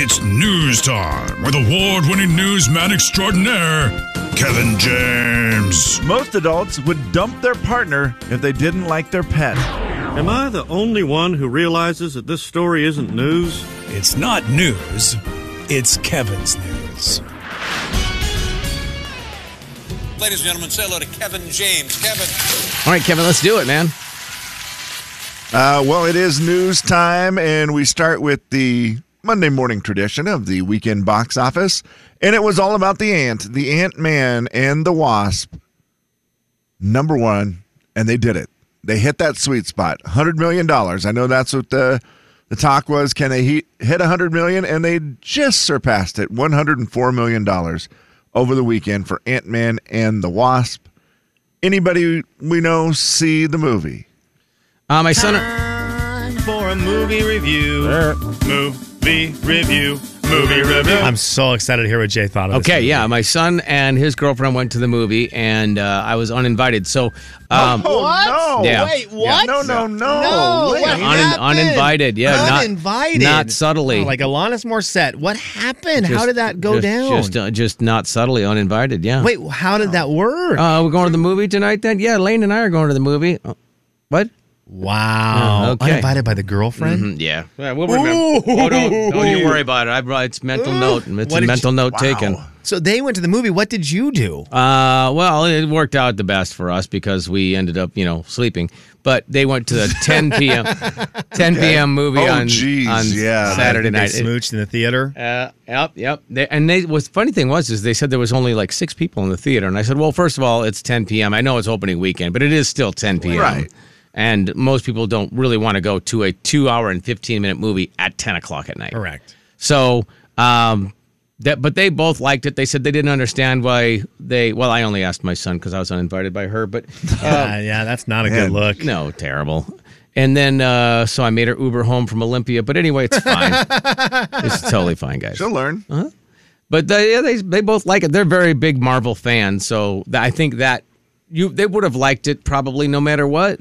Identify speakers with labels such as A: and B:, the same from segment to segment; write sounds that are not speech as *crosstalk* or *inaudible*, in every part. A: It's news time with award winning newsman extraordinaire, Kevin James.
B: Most adults would dump their partner if they didn't like their pet.
C: Am I the only one who realizes that this story isn't news?
D: It's not news, it's Kevin's news.
E: Ladies and gentlemen, say hello to Kevin James. Kevin.
F: All right, Kevin, let's do it, man.
B: Uh, well, it is news time, and we start with the Monday morning tradition of the weekend box office. And it was all about the ant, the ant man, and the wasp. Number one, and they did it. They hit that sweet spot $100 million. I know that's what the. The talk was, can they he- hit 100 million? And they just surpassed it, 104 million dollars over the weekend for Ant Man and the Wasp. Anybody we know see the movie?
F: Uh, my son,
C: For a movie review.
G: Movie review. Movie review. I'm so excited to hear what Jay thought of this.
F: okay, yeah, my son and his girlfriend went to the movie, and uh, I was uninvited. So, um,
B: Oh no!
F: Yeah.
H: Wait, what?
B: No, no, no!
H: No,
B: Wait.
H: what
F: Oh, Unin-
H: happened?
F: uninvited, yeah, not-
H: uninvited.
F: not subtly.
G: Oh, Like Alanis Morissette. What happened?
H: How
F: Just-
H: did that go
F: just-
H: down?
F: Just, uh, just not subtly uninvited. Yeah.
H: Wait, how did that work?
F: Uh, we're going to the movie tonight. Then, yeah, Lane and I are going to the movie. Oh, what?
G: Wow.
F: Yeah, uh, okay.
G: Uninvited by the girlfriend?
F: Mm, yeah. yeah, we'll remember. Oh, don't, don't you worry about it. I brought it's mental note. It's
G: What
F: a
G: did
F: mental
G: you-
F: note
G: wow.
F: taken.
H: so they went to the movie. What did you do?
F: Mm-hmm. Uh, well, it worked out the best for us because we ended up, you know, sleeping. But they went
B: *laughs*
F: to the 10 p.m. 10 p.m. movie
B: Oh,
F: on,
B: geez,
F: on
B: yeah.
F: Saturday
G: Did they
F: night. It-
G: smooched in the theater.
F: Uh, yep, yep. They, and they was funny thing was is they said there was only like six people in the theater, and I said, well, first of all, it's 10 p.m. I know it's opening weekend, but it is still 10 p.m.
B: Right.
F: And most people don't really want to go to a two-hour and 15-minute movie at 10 o'clock at night.
G: Correct.
F: So, um, that but they both liked it. They said they didn't understand why they. Well, I only asked my son because I was uninvited by her, but *laughs*
G: yeah, Uh, yeah, that's not a
B: man.
G: good look.
F: uh, no, terrible. And then uh, so I made her Uber home from Olympia. But anyway, it's fine. it's totally fine, guys.
B: She'll learn.
F: Uh-huh. But they, yeah, they they both like it. They're very big Marvel fans, so th- I think that you they would have liked it probably no matter what.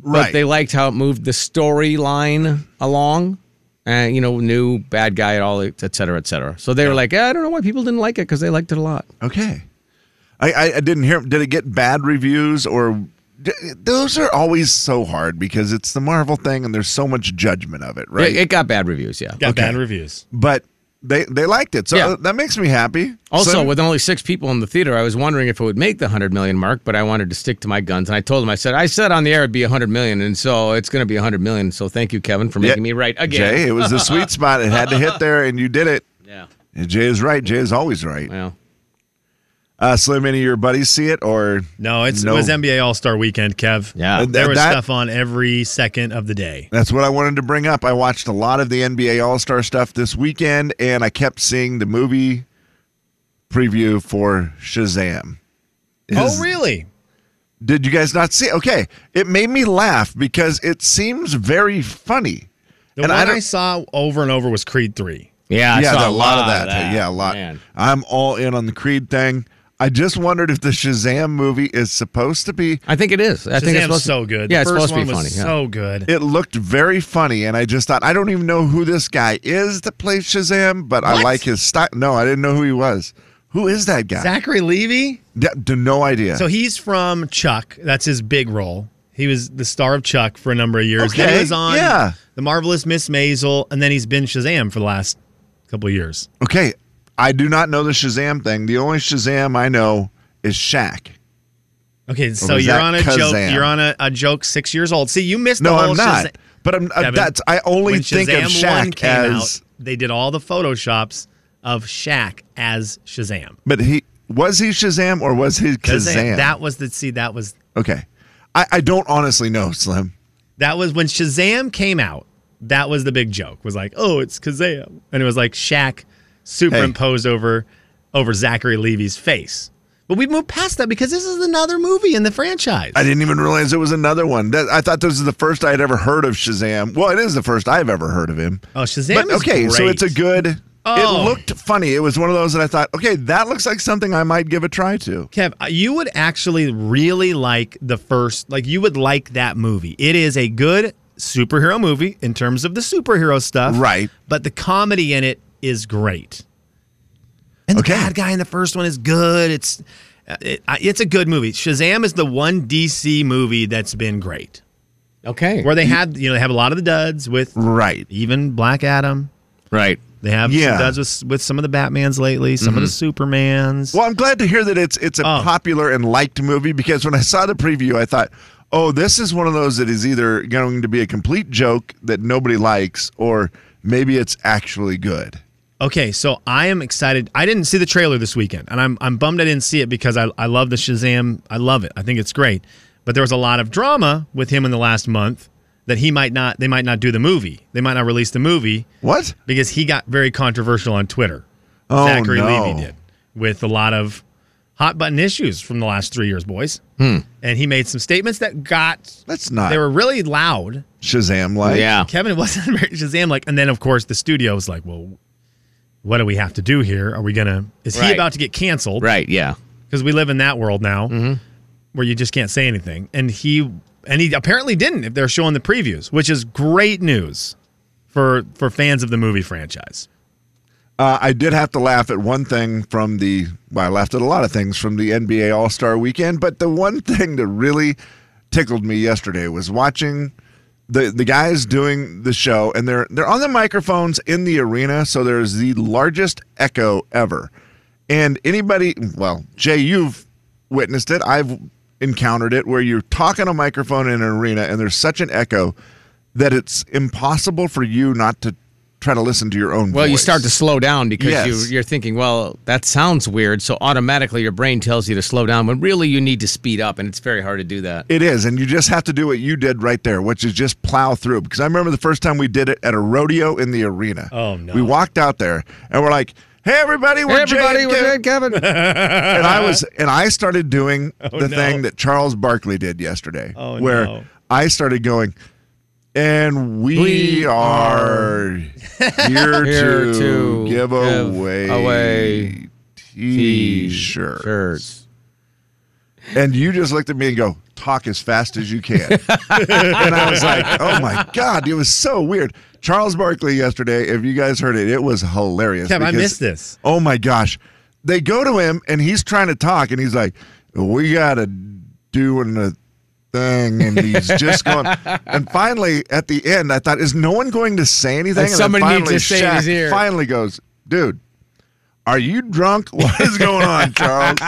B: right.
F: But they liked how it moved the storyline along, and you know, new bad guy at all, et cetera, et cetera. So they were like, "Yeah, I don't know why people didn't like it because they liked it a lot.
B: okay. I, I I didn't hear. Did it get bad reviews or? d- Those are always so hard because it's the Marvel thing, and there's so much judgment of it, right?
F: It, it got bad reviews, yeah.
G: Got bad reviews.
B: but they they liked it, so
F: Yeah.
B: that makes me happy.
F: Also,
B: So-
F: with only six people in the theater, I was wondering if it would make the hundred million mark, but I wanted to stick to my guns, and I told him, I said, I said on the air it'd be a hundred million, and so it's going to be a hundred million. So thank you, Kevin, for
B: Yeah.
F: making me right again.
B: Jay, it was
F: *laughs*
B: the sweet spot. It had to hit there, and you did it.
F: Yeah.
B: And Jay is right. Jay is always right.
F: Well.
B: Uh, Slim, any of your buddies see it or
G: No, it's,
B: No.
G: it was NBA All Star Weekend, Kev.
F: Yeah.
B: Uh,
G: There was
B: that-
G: stuff on every second of the day.
B: That's what I wanted to bring up. I watched a lot of the NBA All Star stuff this weekend, and I kept seeing the movie preview for Shazam. Is-
G: oh, really?
B: Did you guys not see? Okay, it made me laugh because it seems very funny.
G: The
B: And
G: one
B: I
G: I,
B: don't-
G: saw over and over was Creed 3.
F: Yeah, I
B: yeah,
F: saw
B: the-
F: a lot, of that.
B: Yeah, a lot.
F: Man.
B: I'm all in on the Creed thing. I just wondered if the Shazam movie is supposed to be.
F: I think it is. I think it's
G: Shazam's
F: supposed
G: so
F: to,
G: good.
F: Yeah, it's
G: the first
F: supposed to be
G: one
F: funny.
G: was
F: yeah.
G: so good.
B: It looked very funny, and I just thought I don't even know who this guy is that plays Shazam, but I like his style. No, I didn't know who he was. Who is that guy?
G: Zachary Levy?
B: D- d- no idea.
G: So he's from Chuck. That's his big role. He was the star of Chuck for a number of years. Then
B: Okay,
G: he was on
B: yeah.
G: The Marvelous Miss Maisel, and then he's been Shazam for the last couple of years.
B: okay, I do not know the Shazam thing. The only Shazam I know is Shaq.
G: Okay, so
B: was
G: you're
B: that
G: on a
B: Kazam?
G: joke. You're on a, a joke six years old. See, you missed the
B: No,
G: whole
B: I'm not.
G: Shazam.
B: But I'm uh,
G: Kevin,
B: that's I only
G: when
B: think
G: Shazam
B: of
G: 1
B: Shaq
G: came
B: as.
G: out, they did all the photoshops of Shaq as Shazam.
B: But he was he Shazam or was he Kazam?
G: That was the see. That was
B: okay, I, I don't honestly know, Slim.
G: That was when Shazam came out. That was the big joke. Was like, oh, it's Kazam, and it was like Shaq superimposed over over Zachary Levy's face. But we've moved past that because this is another movie in the franchise.
B: I didn't even realize it was another one. That, I thought this is the first I had ever heard of Shazam. Well, it is the first I've ever heard of him.
G: oh, Shazam
B: but
G: is
B: okay, so
G: great.
B: it's a good.
G: Oh.
B: It looked funny. It was one of those that I thought, okay, that looks like something I might give a try to.
G: Kev, uh, you would actually really like the first, like you would like that movie. It is a good superhero movie in terms of the superhero stuff.
B: Right.
G: But the comedy in it is great. And
B: Okay.
G: the bad guy in the first one is good. It's uh, it, I- it's a good movie. Shazam is the one DC movie that's been great.
F: Okay.
G: Where they had you know they have a lot of the duds with
B: Right.
G: even Black Adam.
B: Right.
G: They have
B: Yeah. Mm-hmm.
G: some duds with with some of the Batmans lately, some of the Supermans.
B: Well, I'm glad to hear that it's it's a
G: Oh.
B: popular and liked movie because when I saw the preview, I thought, "Oh, this is one of those that is either going to be a complete joke that nobody likes, or maybe it's actually good."
G: Okay, so I am excited. I didn't see the trailer this weekend, and I'm I'm bummed I didn't see it because I I love the Shazam. I love it. I think it's great. But there was a lot of drama with him in the last month that he might not they might not do the movie. They might not release the movie
B: What?
G: because he got very controversial on Twitter.
B: Oh,
G: Zachary
B: no.
G: Levy did with a lot of hot button issues from the last three years, boys.
B: Hmm.
G: And he made some statements that got
B: That's not
G: they were really loud.
B: Shazam like.
F: yeah.
G: Kevin *laughs* wasn't Mary Shazam like, and then of course the studio was like, well, what do we have to do here? Are we gonna? Is
F: Right.
G: he about to get canceled?
F: Right. Mm-hmm. Yeah.
G: Because we live in that world now, where you just can't say anything. And he and he apparently didn't. If they're showing the previews, which is great news for for fans of the movie franchise.
B: Uh, I did have to laugh at one thing from the. Well, I laughed at a lot of things from the NBA All Star Weekend, but the one thing that really tickled me yesterday was watching the the guys doing the show, and they're they're on the microphones in the arena, so there's the largest echo ever. And anybody, well, Jay, you've witnessed it. I've encountered it where you're talking a microphone in an arena, and there's such an echo that it's impossible for you not to try to listen to your own.
F: Well, you
B: voice.
F: start to slow down because
B: Yes.
F: you, you're thinking, well, that sounds weird. So automatically your brain tells you to slow down when really you need to speed up. And it's very hard to do that.
B: It is, and you just have to do what you did right there, which is just plow through. Because I remember the first time we did it at a rodeo in the arena.
G: Oh, no.
B: We walked out there and we're like, "Hey, everybody, we're
F: Everybody,
B: Jay and
F: we're
B: Kev."
F: good, *laughs* Kevin.
B: And I was, and I started doing the
G: no.
B: thing that Charles Barkley did yesterday,
G: Oh,
B: where
G: no.
B: I started going, and we,
F: We
B: are *laughs* here,
F: Here
B: to,
F: to
B: give,
F: give
B: away,
F: away
B: t-shirts.
F: Shirts.
B: And you just looked at me and go, talk as fast as you
F: *laughs*
B: can. and I was like, oh my God, it was so weird. Charles Barkley yesterday, if you guys heard it, it was hilarious.
G: Kev, I
B: because-
G: missed this.
B: Oh my gosh. They go to him and he's trying to talk and he's like, we got to do a thing. And he's just
F: *laughs*
B: going. And finally, at the end, I thought, is no one going to say anything?
F: And
B: then
F: somebody needs
B: finally
F: to say in
B: Shaq
F: his ear.
B: Finally goes, dude, are you drunk? *laughs* What is going on, Charles?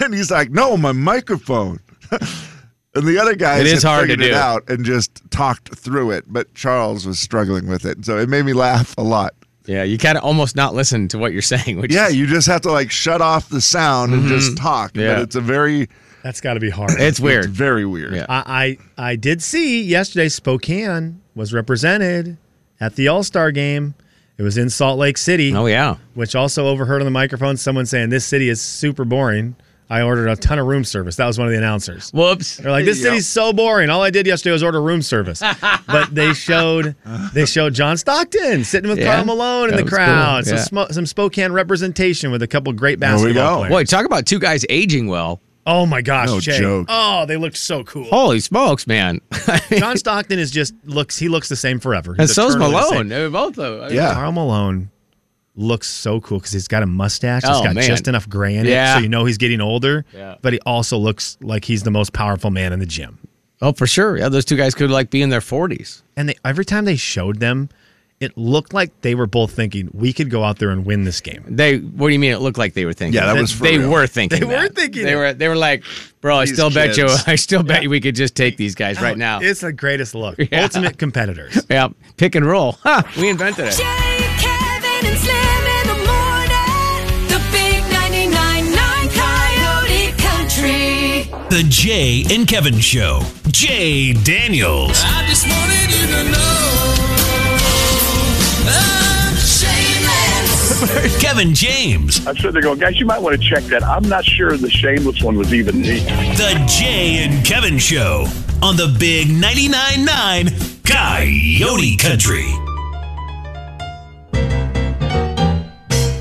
B: and he's like, "No, my microphone." *laughs* and the other guys
F: It is
B: had
F: hard to
B: figured it
F: do.
B: out and just talked through it, but Charles was struggling with it, so it made me laugh a lot.
F: Yeah. You kind of almost not listen to what you're saying. Which
B: Yeah,
F: is-
B: you just have to like shut off the sound and just talk.
F: Mm-hmm. Yeah.
B: But it's a very
G: That's got to be hard.
F: it's
B: it's
F: weird.
B: very weird.
F: Yeah.
G: I, I I did see yesterday Spokane was represented at the All Star game. It was in Salt Lake City.
F: Oh, yeah.
G: which also overheard on the microphone someone saying this city is super boring. I ordered a ton of room service. That was one of the announcers.
F: Whoops.
G: They're like, this city's so boring. All I did yesterday was order
F: *laughs*
G: room service. but they showed they showed John Stockton sitting with
F: Yeah.
G: Carl Malone in
F: That
G: the
F: was cool.
G: crowd.
F: Yeah.
G: Some, smo- some Spokane representation with a couple great
B: There we
G: basketball
B: go.
G: players.
F: Boy, talk about two guys aging well.
G: Oh my gosh,
B: No
G: Jay.
B: joke.
G: Oh, they looked so cool.
F: Holy smokes, man. *laughs*
G: John Stockton is just looks he looks the same forever.
F: and
G: He's
F: so's
G: eternally the same.
F: Malone. They're both though.
B: Yeah.
G: Carl Malone looks so cool because he's got a mustache.
F: Oh,
G: he's got
F: man.
G: just enough gray in it,
F: Yeah.
G: so you know he's getting older.
F: Yeah.
G: But he also looks like he's the most powerful man in the gym.
F: Oh, for sure. Yeah, those two guys could like be in their 40s.
G: And they, every time they showed them, it looked like they were both thinking we could go out there and win this game.
F: They. What do you mean? It looked like they were thinking.
B: Yeah, that
F: They-
B: was for
F: they
B: real.
F: were thinking.
G: They were
F: that.
G: thinking
F: They
G: it.
F: were. They were like, bro. I
B: These
F: still bet you.
B: kids.
F: *laughs* I still bet you we could just take these guys right now.
G: it's the greatest
F: *laughs*
G: look.
F: Yeah.
G: Ultimate competitors.
F: Yeah, pick and roll. *laughs* Huh, we invented it.
I: Jay, Kevin, and Slim in the morning. The big 99.9 Coyote Country.
D: The Jay and Kevin Show. Jay Daniels.
E: I just wanted you to know. I'm shameless.
D: Kevin James.
J: I'm sitting there going, guys, you might want to check that. I'm not sure the shameless one was even me.
D: The Jay and Kevin Show. On the big 99.9 9 Coyote Country.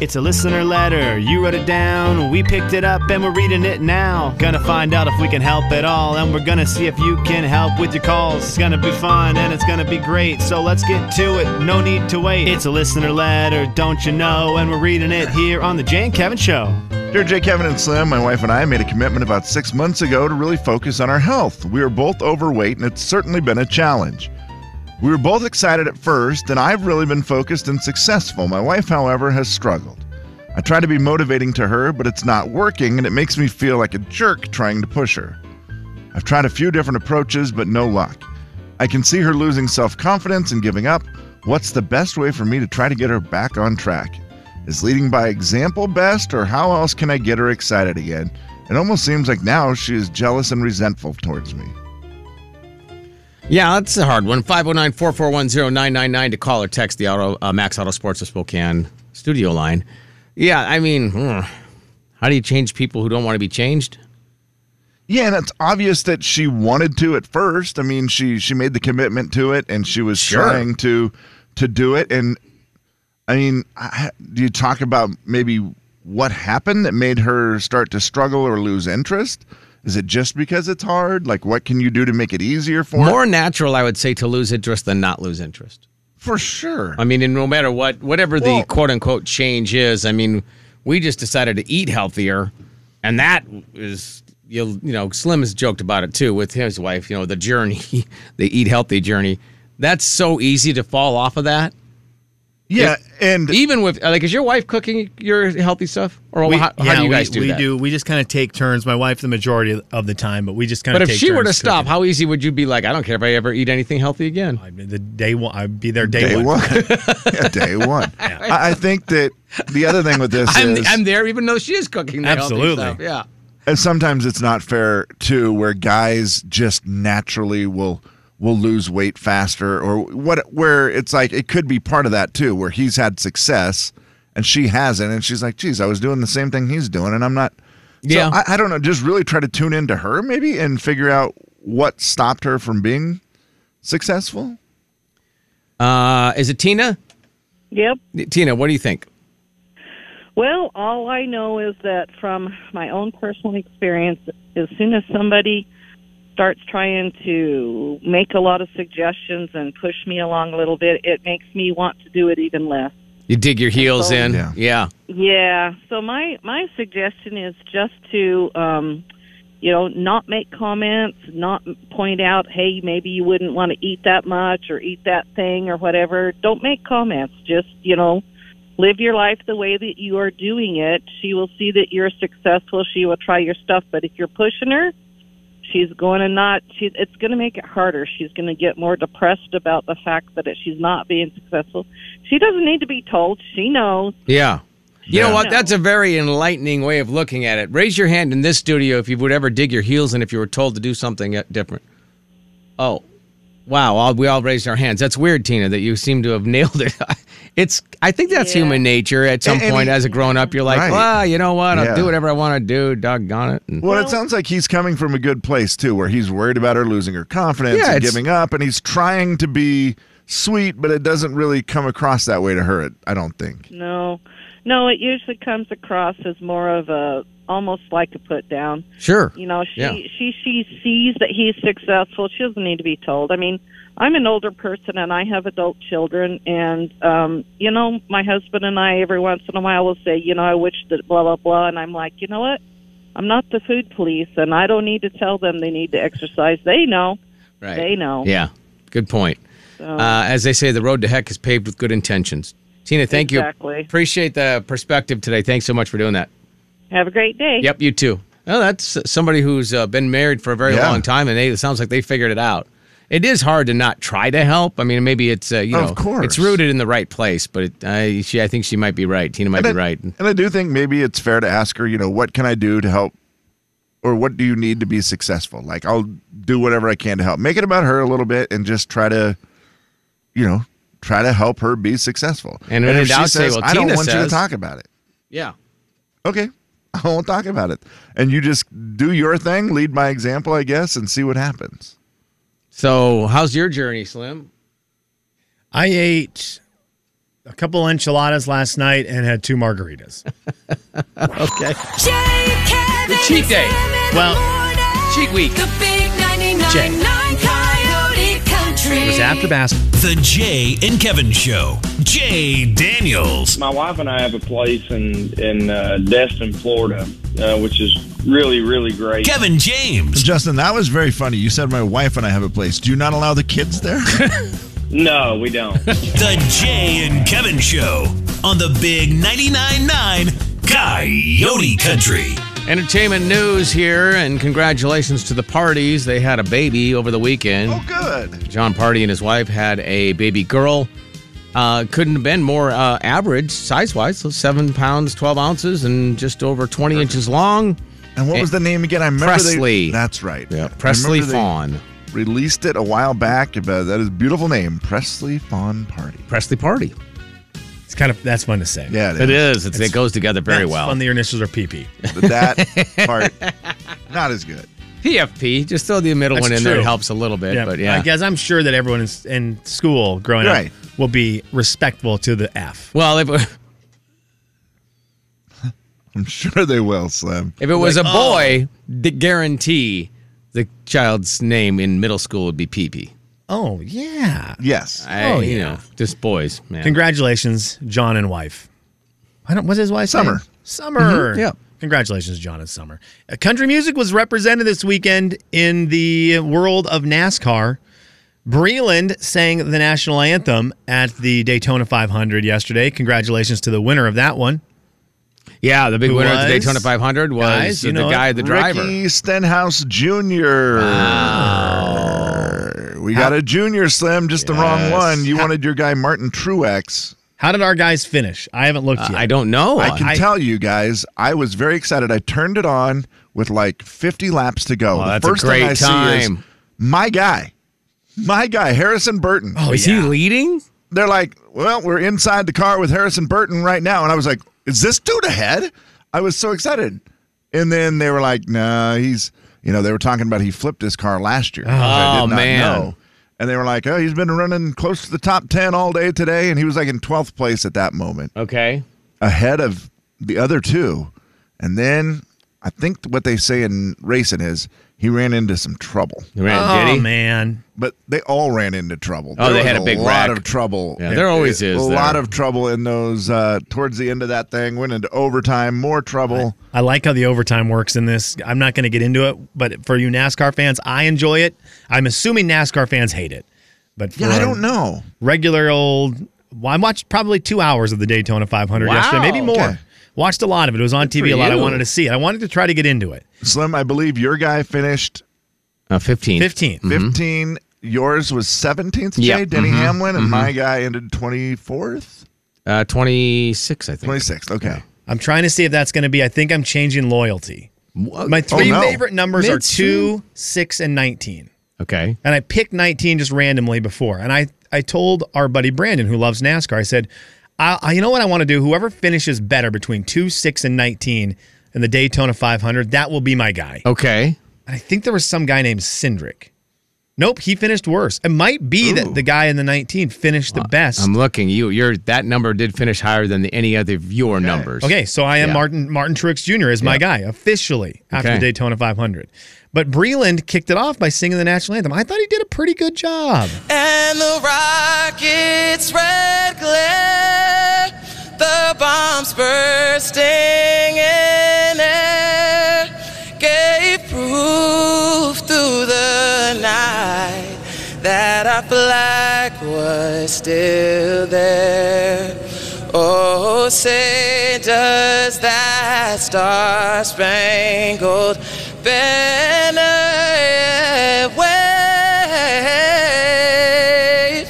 K: It's a listener letter. You wrote it down. We picked it up and we're reading it now. Gonna find out if we can help at all. And we're gonna see if you can help with your calls. It's gonna be fun and it's gonna be great. So let's get to it. No need to wait. It's a listener letter, don't you know? And we're reading it here on The Jay and Kevin Show.
B: Dear Jay, Kevin, and Slim, my wife and I made a commitment about six months ago to really focus on our health. We are both overweight, and it's certainly been a challenge. We were both excited at first, and I've really been focused and successful. My wife, however, has struggled. I try to be motivating to her, but it's not working, and it makes me feel like a jerk trying to push her. I've tried a few different approaches, but no luck. I can see her losing self confidence and giving up. What's the best way for me to try to get her back on track? Is leading by example best, or how else can I get her excited again? It almost seems like now she is jealous and resentful towards me.
F: Yeah, that's a hard one. 509 441 999 to call or text the auto, uh, Max Auto Sports of Spokane studio line. Yeah, I mean, hmm, how do you change people who don't want to be changed?
B: Yeah, and it's obvious that she wanted to at first. I mean, she she made the commitment to it, and she was
F: Sure.
B: trying to to do it. And I mean, I, do you talk about maybe what happened that made her start to struggle or lose interest? Is it just because it's hard? Like, what can you do to make it easier for her?
F: More natural, I would say, to lose interest than not lose interest.
B: For sure.
F: I mean, and no matter what, whatever the quote unquote change is, I mean, we just decided to eat healthier, and that is you you know Slim has joked about it too with his wife. You know, the journey, *laughs* the eat healthy journey. That's so easy to fall off of that.
B: Yeah, and
F: even with like, is your wife cooking your healthy stuff, or
G: We-
F: how, how
G: yeah,
F: do you
G: we-
F: guys do
G: we
F: that?
G: do. We just kind of take turns. My wife, the majority of the time, but we just kind of.
F: But if
G: take
F: she were to
G: turns
F: stop, how easy would you be? Like, I don't care if I ever eat anything healthy again.
G: cooking. the day one, I'd be there day,
B: Day
G: one.
B: one. *laughs* yeah, day
F: *laughs*
B: one. I, I think that the other thing with this
F: I'm,
B: is
F: I'm there, even though she is cooking. The healthy
B: Absolutely.
F: stuff. yeah.
B: and sometimes it's not fair too where guys just naturally will will lose weight faster or what where it's like it could be part of that too where he's had success and she hasn't and she's like geez i was doing the same thing he's doing and i'm not
F: Yeah.
B: so I, I don't know just really try to tune into her maybe and figure out what stopped her from being successful
F: Uh, is it Tina?
L: Yep.
F: Tina, what do you think?
L: Well, all I know is that from my own personal experience, as soon as somebody starts trying to make a lot of suggestions and push me along a little bit, it makes me want to do it even less.
F: You dig your heels in.
L: Yeah.
F: yeah.
L: Yeah. So my my suggestion is just to um you know, not make comments, not point out, hey, maybe you wouldn't want to eat that much or eat that thing or whatever. Don't make comments. Just, you know, live your life the way that you are doing it. She will see that you're successful. She will try your stuff. But if you're pushing her, she's going to not, she, it's going to make it harder. She's going to get more depressed about the fact that it, she's not being successful. She doesn't need to be told. She knows.
F: Yeah. You know
L: Yeah.
F: what? That's a very enlightening way of looking at it. Raise your hand in this studio if you would ever dig your heels in if you were told to do something uh, different. Oh, wow! All, we all raised our hands. That's weird, Tina. That you seem to have *laughs* nailed it. it's. I think that's human nature. At some
B: And- and
F: point,
B: he-
F: as a grown up, you're like,
B: Right.
F: well, you know what? I'll
B: Yeah.
F: do whatever I want to do. Doggone it. And-
B: Well, it sounds like he's coming from a good place too, where he's worried about her losing her confidence
F: Yeah,
B: and
F: it's-
B: giving up, and he's trying to be sweet, but it doesn't really come across that way to her. it- I don't think.
L: No, no, it usually comes across as more of a almost like a put down.
F: Sure.
L: You know, she
F: Yeah.
L: she she sees that he's successful. She doesn't need to be told. I mean, I'm an older person and I have adult children, and um, you know, my husband and I every once in a while will say, you know, I wish that blah blah blah, and I'm like, you know what? I'm not the food police, and I don't need to tell them they need to exercise. They know.
F: Right.
L: They know.
F: Yeah. Good point.
L: So-
F: Uh, as they say, the road to heck is paved with good intentions. Tina, thank
L: Exactly.
F: you. Appreciate the perspective today. Thanks so much for doing that.
L: Have a great day.
F: Yep, you too. Well, that's somebody who's uh, been married for a very long time, and they, it sounds like they figured it out. It is hard to not try to help. I mean, maybe it's uh, you know,
B: Of course.
F: it's rooted in the right place, but it, I, she, I think she might be right. Tina might
B: And
F: be
B: I,
F: right.
B: and I do think maybe it's fair to ask her. You know, what can I do to help, or what do you need to be successful? Like, I'll do whatever I can to help. Make it about her a little bit, and just try to, you know, try to help her be successful.
F: And when in
B: if she
F: doubt, say,
B: says,
F: "Well,
B: I don't
F: Tina
B: want you to
F: says-"
B: talk about it.
F: Yeah.
B: Okay. *laughs* I won't talk about it. And you just do your thing, lead by example, I guess, and see what happens.
F: So, how's your journey, Slim?
G: I ate a couple enchiladas last night and had two margaritas. okay.
I: The
G: cheat day. Well,
I: cheat week. The big 99.9 Coyote Country.
D: It was after The Jay and Kevin Show. Jay Daniels.
M: My wife and I have a place in in uh, Destin, Florida, uh, which is really really great.
B: James. Justin, that was very funny. You said my wife and I have a place. Do you not allow the kids *laughs* there?
M: No, we don't.
D: The Jay and Kevin Show on the Big 99.9 Coyote Country.
F: Entertainment news here, and congratulations to the parties. They had a baby over the weekend. Oh,
B: good.
F: John Party and his wife had a baby girl. Uh, couldn't have been more uh, average size wise, so seven pounds, 12 ounces, and just over 20 inches long.
B: And what was the name again? I remember they-
F: Presley.
B: that's right. Yeah,
F: Presley Fawn.
B: Released it a while back, but that is a beautiful name, Presley Fawn Party.
F: Presley Party.
G: It's kind of that's fun to say.
B: Yeah,
F: It is. It's, it goes together very
G: that's
F: well.
G: Fun. The initials are PP.
B: But that part, not as good.
F: PFP. Just throw the middle
G: That's
F: one in there. It
G: true.
F: helps a little bit, *laughs* but yeah.
G: I guess I'm sure that everyone in, s- in school growing
F: Right.
G: up will be respectful to the F.
F: Well, if, if
B: I'm sure they will, Slim.
F: it was a
G: oh.
F: boy, the guarantee the child's name in middle school would be PP.
G: Oh yeah.
B: Yes.
F: I,
G: Oh,
F: You
G: yeah.
F: know, just boys, man.
G: Congratulations, John and wife. I don't. What's his wife's
F: Summer.
G: name? Summer.
F: Mhm, yeah.
G: Congratulations, John and Summer. Uh, country music was represented this weekend in the world of NASCAR. Breland sang the national anthem at the Daytona 500 yesterday. Congratulations to the winner of that one.
F: Yeah, the big
G: Who
F: winner at the
G: was-
F: Daytona 500 was
G: Guys, you
F: the
G: know
F: guy,
G: it.
F: the driver.
B: Ricky Stenhouse Jr. We got a junior, Slim. Just the wrong
G: Yes.
B: one. You wanted your guy Martin Truex.
G: How did our guys finish? I haven't looked yet.
F: I don't know.
B: Uh, I can
F: I-
B: tell you guys, I was very excited. I turned it on with like 50 laps to go.
F: Oh,
B: the
F: that's a
B: first
F: great
B: thing I see is
F: time.
B: my guy, my guy, Harrison Burton.
F: Oh, is he leading?
B: They're like, well, we're inside the car with Harrison Burton right now. And I was like, is this dude ahead? I was so excited. And then they were like, nah, he's, you know, they were talking about he flipped his car last year. which I
F: Oh,
B: did not
F: man.
B: know. And they were like, oh, he's been running close to the top 10 all day today. And he was like in 12th place at that moment
F: Okay.
B: ahead of the other two. And then I think what they say in racing is he ran into some trouble.
F: ran- did he? Oh,
G: man.
B: But they all ran into trouble.
F: Oh, they
B: was
F: had a big
B: lot
F: wreck.
B: of trouble.
F: Yeah, there always is
B: A
F: there.
B: lot of trouble in those uh, towards the end of that thing. Went into overtime, more trouble.
G: I like how the overtime works in this. I'm not going to get into it, but for you NASCAR fans, I enjoy it. I'm assuming NASCAR fans hate it, but for
B: Yeah, I don't know.
G: regular old. Well, I watched probably two hours of the Daytona 500
B: Wow.
G: yesterday, maybe more.
B: Okay.
G: Watched a lot of it. It was on
B: for
G: TV a lot. I
B: you.
G: wanted to see it. I wanted to try to get into it.
B: Slim, I believe your guy finished
F: Uh,
B: Mm.
F: 15.
G: 15.
B: 15. Yours was 17th, Jay,
F: Yeah.
B: Denny
F: Mhm.
B: Hamlin, and
F: Mhm.
B: my guy ended 24th,
F: Uh, 26, I think.
B: 26th. Okay.
G: I'm trying to see if that's going to be. I think I'm changing loyalty. My three
B: Oh, no.
G: favorite numbers are
B: Me too.
G: two, six, and 19.
F: Okay.
G: And I picked 19 just randomly before. And I, I told our buddy Brandon, who loves NASCAR, I said, I, I, you know what I want to do? Whoever finishes better between 2, 6, and 19 in the Daytona 500, that will be my guy.
F: Okay.
G: And I think there was some guy named Cindric. Nope, he finished worse. It might be that the guy in the 19 finished the best.
F: Uh, I'm looking. You, you're that number did finish higher than any other of your numbers.
G: Okay, so I am
F: Yeah.
G: Martin Martin Truex Jr. is my guy officially after
F: Okay.
G: the Daytona 500. But Breland kicked it off by singing the national anthem. I thought he did a pretty good job.
I: And the rockets red glare, the bombs bursting in air, gave proof through the night that our flag was still there. Oh, say does that star-spangled banner yet wave?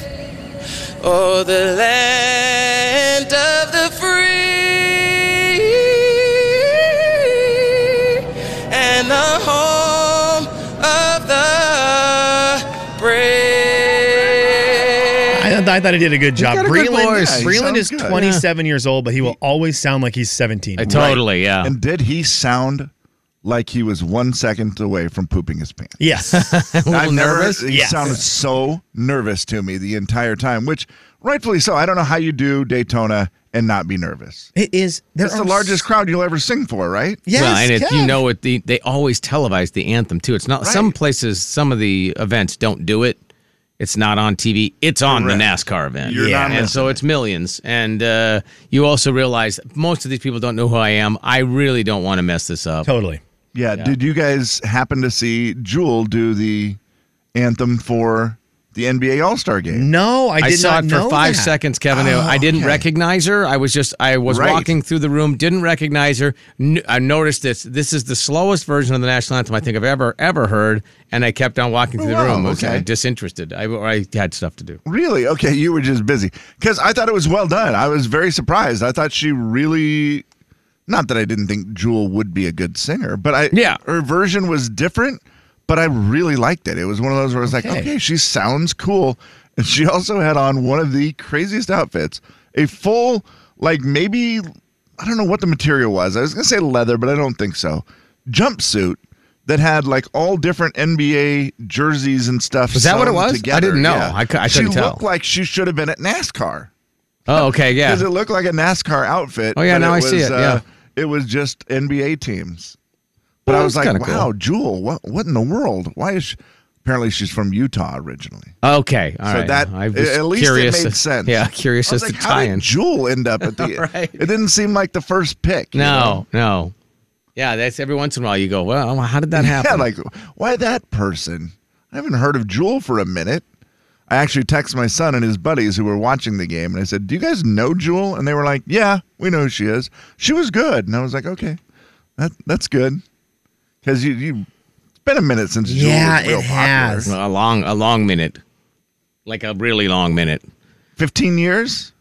I: Oh, the land of the free and the home of the brave.
G: I, th- I thought he did a good job.
I: got a good
G: Breland,
I: voice. Yeah, he
G: Breland
I: sounds
G: is
I: good.
G: 27 years old, but he will always sound like he's 17.
B: Right. And did he sound like he was one second away from pooping his pants?
G: *laughs* Yes.
B: I've never- He
G: Yes.
B: sounded so nervous to me the entire time, which rightfully so. I don't know how you do Daytona and not be nervous.
H: It is.
B: That's the largest crowd you'll ever sing for, right?
F: well, and if you know it, the, they always televise the anthem too. It's not some places, some of the events don't do it. It's not on TV. It's on the
N: Correct.
F: NASCAR event.
N: You're not
F: and so it's millions. And uh, you also realize most of these people don't know who I am. I really don't want to mess this up.
G: Totally.
B: Yeah. Did you guys happen to see Jewel do the anthem for the NBA All Star
G: Mm.
B: game?
H: No,
F: saw it for five seconds, Kevin.
B: Oh,
F: I didn't
B: okay.
F: recognize her. I was just I was
B: Right.
F: walking through the room, didn't recognize her. Kn- I noticed this. This is the slowest version of the national anthem I think I've ever ever heard, and I kept on walking through
B: Oh,
F: the room.
B: wow,
F: I was
B: okay.
F: uh, disinterested. I, I had stuff to do.
B: Really? Okay, you were just busy because I thought it was well done. I was very surprised. I thought she really, not that I didn't think Jewel would be a good singer, but I yeah her version was different, but I really liked it. It was one of those where I was like, okay, she sounds cool, and she also had on one of the craziest outfits, a full like maybe I don't know what the material was. I was gonna say leather, but I don't think so. Jumpsuit. That had like all different NBA jerseys and stuff.
F: Was that what it
B: sewn
F: was? I
B: Together.
F: didn't know.
B: Yeah.
F: I cou- I
B: she
F: couldn't tell.
B: looked like she should have been at NASCAR.
F: Oh, okay, yeah.
B: Because it looked like a NASCAR outfit.
F: Oh, yeah,
B: but
F: now I see
B: was, uh,
F: it, yeah.
B: it was just NBA teams. But
F: Well,
B: I was
F: that's
B: like,
F: kinda cool.
B: wow, Jewel, what what in the world? Why is she? Apparently, she's from Utah originally.
F: Okay, all
B: so
F: right.
B: that
F: I was
B: at least
F: curious-
B: it
F: *laughs*
B: made sense.
F: Yeah, curious
B: I was
F: as
B: like,
F: to
B: how
F: tie
B: did
F: in.
B: Jewel end up
F: *laughs*
B: at the? It didn't seem like the first pick. you
F: No,
B: know?
F: no. Yeah, that's every once in a while you go, well, how did that happen?
B: Yeah, like why that person? I haven't heard of Jewel for a minute. I actually texted my son and his buddies who were watching the game, and I said, "Do you guys know Jewel?" And they were like, "Yeah, we know who she is. She was good." And I was like, "Okay, that that's good," because you you it's been a minute since Jewel was real popular.
F: A long, a long minute, like a really long minute.
B: Fifteen years.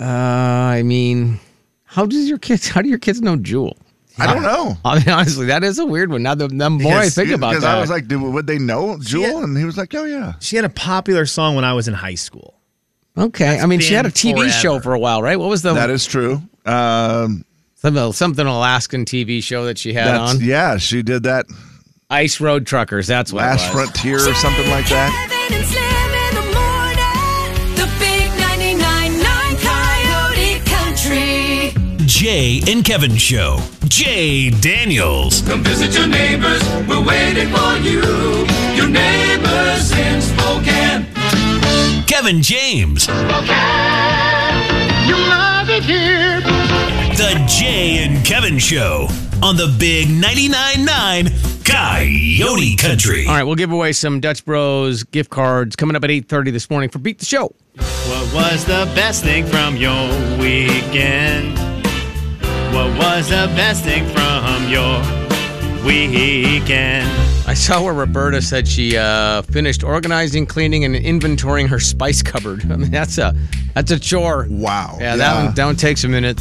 F: Uh, I mean, how does your kids? How do your kids know Jewel?
B: I don't know.
F: I mean, *laughs* honestly, that is a weird one. Now, the, the more I
B: Because-
F: think about
B: because
F: that,
B: I was like, "Dude, would they know Jewel?" and he was like, "Oh yeah."
G: She had a popular song when I was in high school.
F: okay. I mean, she had a
G: been
F: TV show
G: forever.
F: for a while, right? What was the?
B: That is true. Um,
F: some uh, something Alaskan TV show that she had
B: That's
F: on.
B: yeah, she did that.
F: Ice Road Truckers. That's what. it
B: Last
F: was.
B: Frontier or something like that.
I: Kevin and Slim in the morning. The big 99.9 Coyote Country.
D: Jay and Kevin Show. Jay Daniels. Come visit your neighbors. We're waiting for you. Your neighbors in Spokane. Kevin James. You love it here. The Jay and Kevin Show on the Big 99.9 Coyote Country.
F: All right, we'll give away some Dutch Bros gift cards coming up at eight thirty this morning for Beat the Show.
K: What was the best thing from your weekend? What was the best thing from your weekend?
F: I saw where Roberta said she uh, finished organizing, cleaning, and inventorying her spice cupboard. *laughs* I mean, that's a that's a chore.
B: Wow.
F: Yeah, that
G: Yeah.
F: one, that one takes a minute.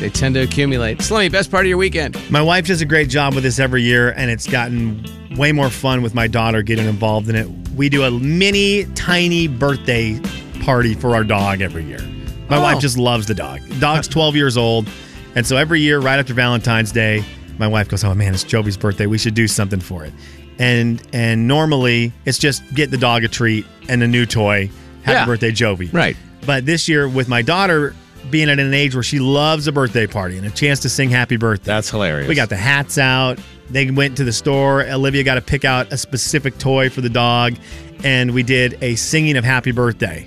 F: They tend to accumulate. Slimmy, best part of your weekend.
G: My wife does a great job with this every year, and it's gotten way more fun with my daughter getting involved in it. We do a mini, tiny birthday party for our dog every year. My
K: Oh.
G: wife just loves the dog. Dog's 12 years old, and so every year, right after Valentine's Day, my wife goes, "Oh man, it's Joby's birthday. We should do something for it." And and normally it's just get the dog a treat and a new toy. Happy
F: Yeah.
G: birthday, Joby.
F: Right.
G: But this year, with my daughter being at an age where she loves a birthday party and a chance to sing happy birthday.
F: That's hilarious.
G: We got the hats out. They went to the store. Olivia got to pick out a specific toy for the dog. And we did a singing of happy birthday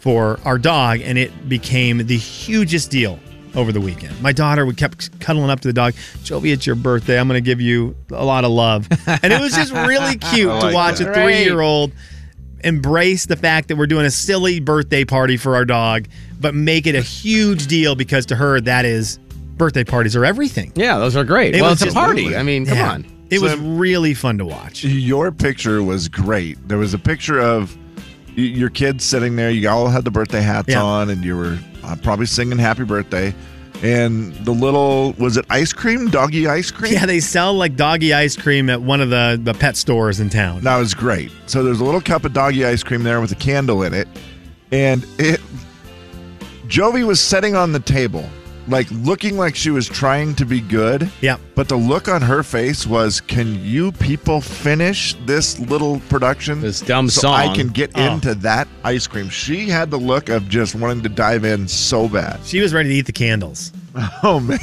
G: for our dog. And it became the hugest deal over the weekend. My daughter would kept cuddling up to the dog. Jovi, it's your birthday. I'm going to give you a lot of love. And it was
K: *laughs*
G: just really cute
K: I
G: to
K: like
G: watch
K: that.
G: a three year old embrace the fact that we're doing a silly birthday party for our dog, but make it a huge deal because to her, that is birthday parties are everything.
F: Yeah, those are great.
G: It
F: well,
G: was
F: it's a
G: just-
F: party. I mean, come
G: Yeah.
F: on.
G: It was
B: So-
G: really fun to watch. *laughs*
B: Your picture was great. There was a picture of y- your kids sitting there. You all had the birthday hats
G: Yeah.
B: on, and you were uh, probably singing "Happy Birthday." And the little was it ice cream, doggy ice cream?
G: Yeah, they sell like doggy ice cream at one of the, the pet stores in town.
B: That was great. So there's a little cup of doggy ice cream there with a candle in it, and it. Jovi was sitting on the table, like looking like she was trying to be good.
G: Yeah.
B: But the look on her face was, "Can you people finish this little production, this
F: dumb
B: so
F: song?"
B: I can get
F: Oh.
B: into that ice cream." She had the look of just wanting to dive in so bad. *laughs*
G: She was ready to eat the candles.
B: Oh man,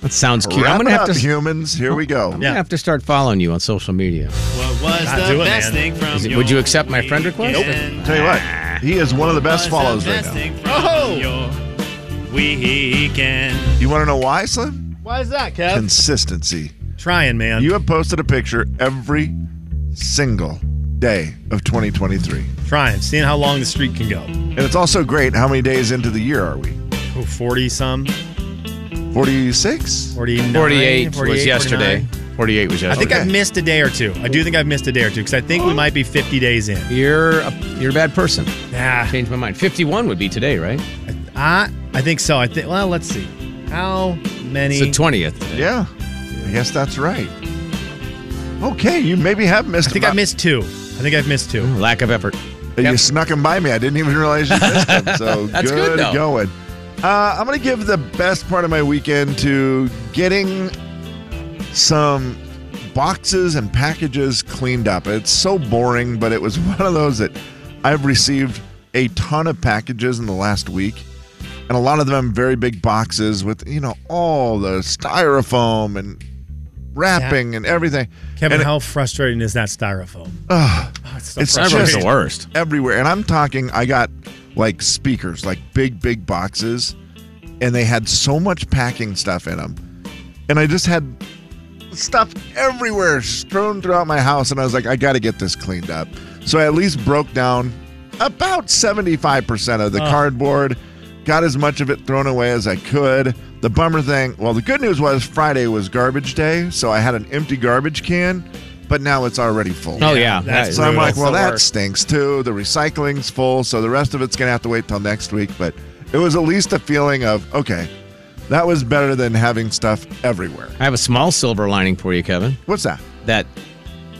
F: that sounds cute.
B: Wrap
F: I'm gonna
B: it
F: have to
B: up, humans. Here we go.
F: I'm gonna have to start following you on social media.
K: What was
B: God,
K: the
B: do it,
K: best
B: man.
K: thing from
F: Is it-
K: your
F: would you accept my friend request?
K: Nope.
B: Tell you what, he is one of the best follows right now.
K: thing from
G: Oh!
K: your weekend?
B: You want to know why, Slim?
K: Why is that,
B: Consistency.
G: Trying, man.
B: You have posted a picture every single day of 2023.
G: Trying, seeing how long the streak can go.
B: And it's also great how many days into the year are we?
G: Oh, 40 some.
B: 46?
G: 49,
F: 48 was
G: 49.
F: yesterday. 48 was
G: I
F: yesterday.
G: think I've missed a day or two. I do think I've missed a day or two because I think we might be 50 days in.
F: You're a, you're a bad person.
G: Nah.
F: Changed my mind. 51 would be today, right?
G: I I think so. I think. Well, let's see. How many?
F: It's the 20th. today.
B: Yeah. I guess that's right. Okay, you maybe have missed
G: I think I missed two. I think I've missed two.
B: Mm.
F: Lack of effort.
B: You snuck him by me. I didn't even realize you missed him.
G: *laughs*
B: So
G: That's good, though.
B: going. Uh, I'm going to give the best part of my weekend to getting some boxes and packages cleaned up. It's so boring, but it was *laughs* one of those that I've received a ton of packages in the last week. And a lot of them very big boxes with, you know, all the styrofoam and wrapping and everything.
G: Kevin,
B: And it-
G: how frustrating is that styrofoam? Ah,
B: Ugh.
G: it's so
B: it's
G: frustrating.
B: just everywhere. And I'm talking, I got like speakers, like big, big boxes, and they had so much packing stuff in them, and I just had stuff everywhere strewn throughout my house, and I was like, I got to get this cleaned up. So I at least broke down about 75% of the
N: Ugh.
B: cardboard. Got as much of it thrown away as I could. The bummer thing, well, the good news was Friday was garbage day, so I had an empty garbage can, but now it's already full.
F: Oh, yeah. That's
B: So I'm
F: brutal.
B: like, well,
F: That's the
B: that
F: worst.
B: stinks too. The recycling's full, so the rest of it's gonna have to wait till next week. But it was at least a feeling of okay, that was better than having stuff everywhere.
F: I have a small silver lining for you, Kevin.
B: What's that?
F: That,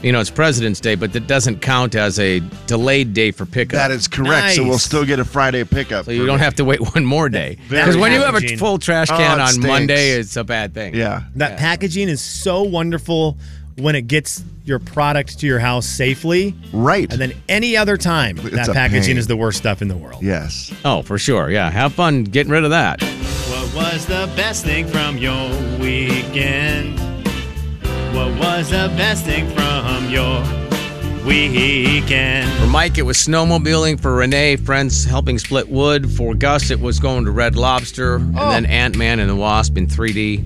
F: you know, it's President's Day, but that doesn't count as a delayed day for pickup.
B: That is correct. So we'll still get a Friday pickup.
F: So you don't have to wait *laughs* one more
G: *laughs*
F: day. Because when you have a
G: challenging.
F: full trash
G: Oh,
F: can
G: it
F: on
G: stinks.
F: Monday, it's a bad thing.
B: Yeah.
G: That packaging is so wonderful when it gets your product to your house safely.
B: Right.
G: And then any other time, that
F: a
G: packaging
F: pain.
G: is the worst stuff in the world.
B: Yes.
F: Oh, for sure. Yeah. Have fun getting rid of that.
K: What was the best thing from your weekend? What was the best thing from your weekend?
F: For Mike, it was snowmobiling. For Renee, friends helping split wood. For Gus, it was going to Red Lobster.
G: Oh.
F: And then Ant Man and the Wasp in 3D.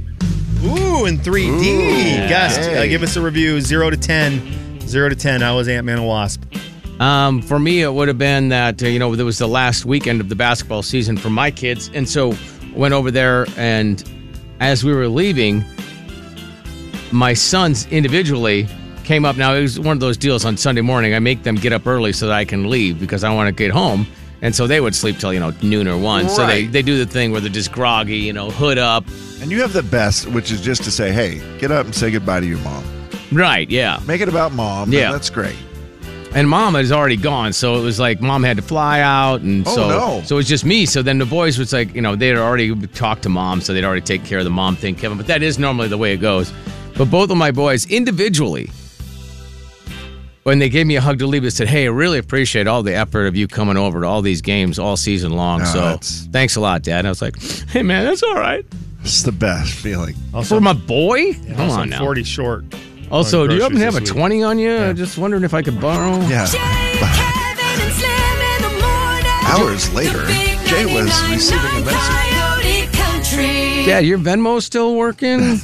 G: Ooh, in 3D.
F: Ooh,
G: Gus,
F: yeah.
G: uh, give us a review 0 to 10. 0 to 10. I was Ant Man and Wasp.
F: Um, for me, it would have been that uh, you know there was the last weekend of the basketball season for my kids, and so went over there. And as we were leaving, my sons individually came up. Now it was one of those deals on Sunday morning. I make them get up early so that I can leave because I want to get home. And so they would sleep till you know noon or one. So they
B: Right.
F: they do the thing where they're just groggy, you know, hood up.
B: And you have the best, which is just to say, hey, get up and say goodbye to your mom.
F: Right? Yeah.
B: Make it about mom.
F: Yeah.
B: Yeah, that's great.
F: And mom is already gone, so it was like mom had to fly out, and
B: Oh,
F: so
B: no.
F: so it was just me. So then the boys was like, you know, they had already talked to mom, so they'd already take care of the mom thing, Kevin. But that is normally the way it goes. But both of my boys individually, when they gave me a hug to leave, they said, "Hey, I really appreciate all the effort of you coming over to all these games all season long.
B: No,
F: so
B: Oh, that's-
F: thanks a lot, Dad." And I was like, "Hey, man, that's all right."
B: It's the best feeling.
F: For my boy? Come
G: also
F: on now.
G: 40 short.
F: Also,
G: on
F: do you happen to
G: groceries
F: have a
G: this week.
F: twenty on you? Just wondering if I could borrow.
B: Yeah. Hours later, Jay was receiving a message.
I: Coyote
G: *laughs*
I: Country.
F: Dad, your Venmo's still working?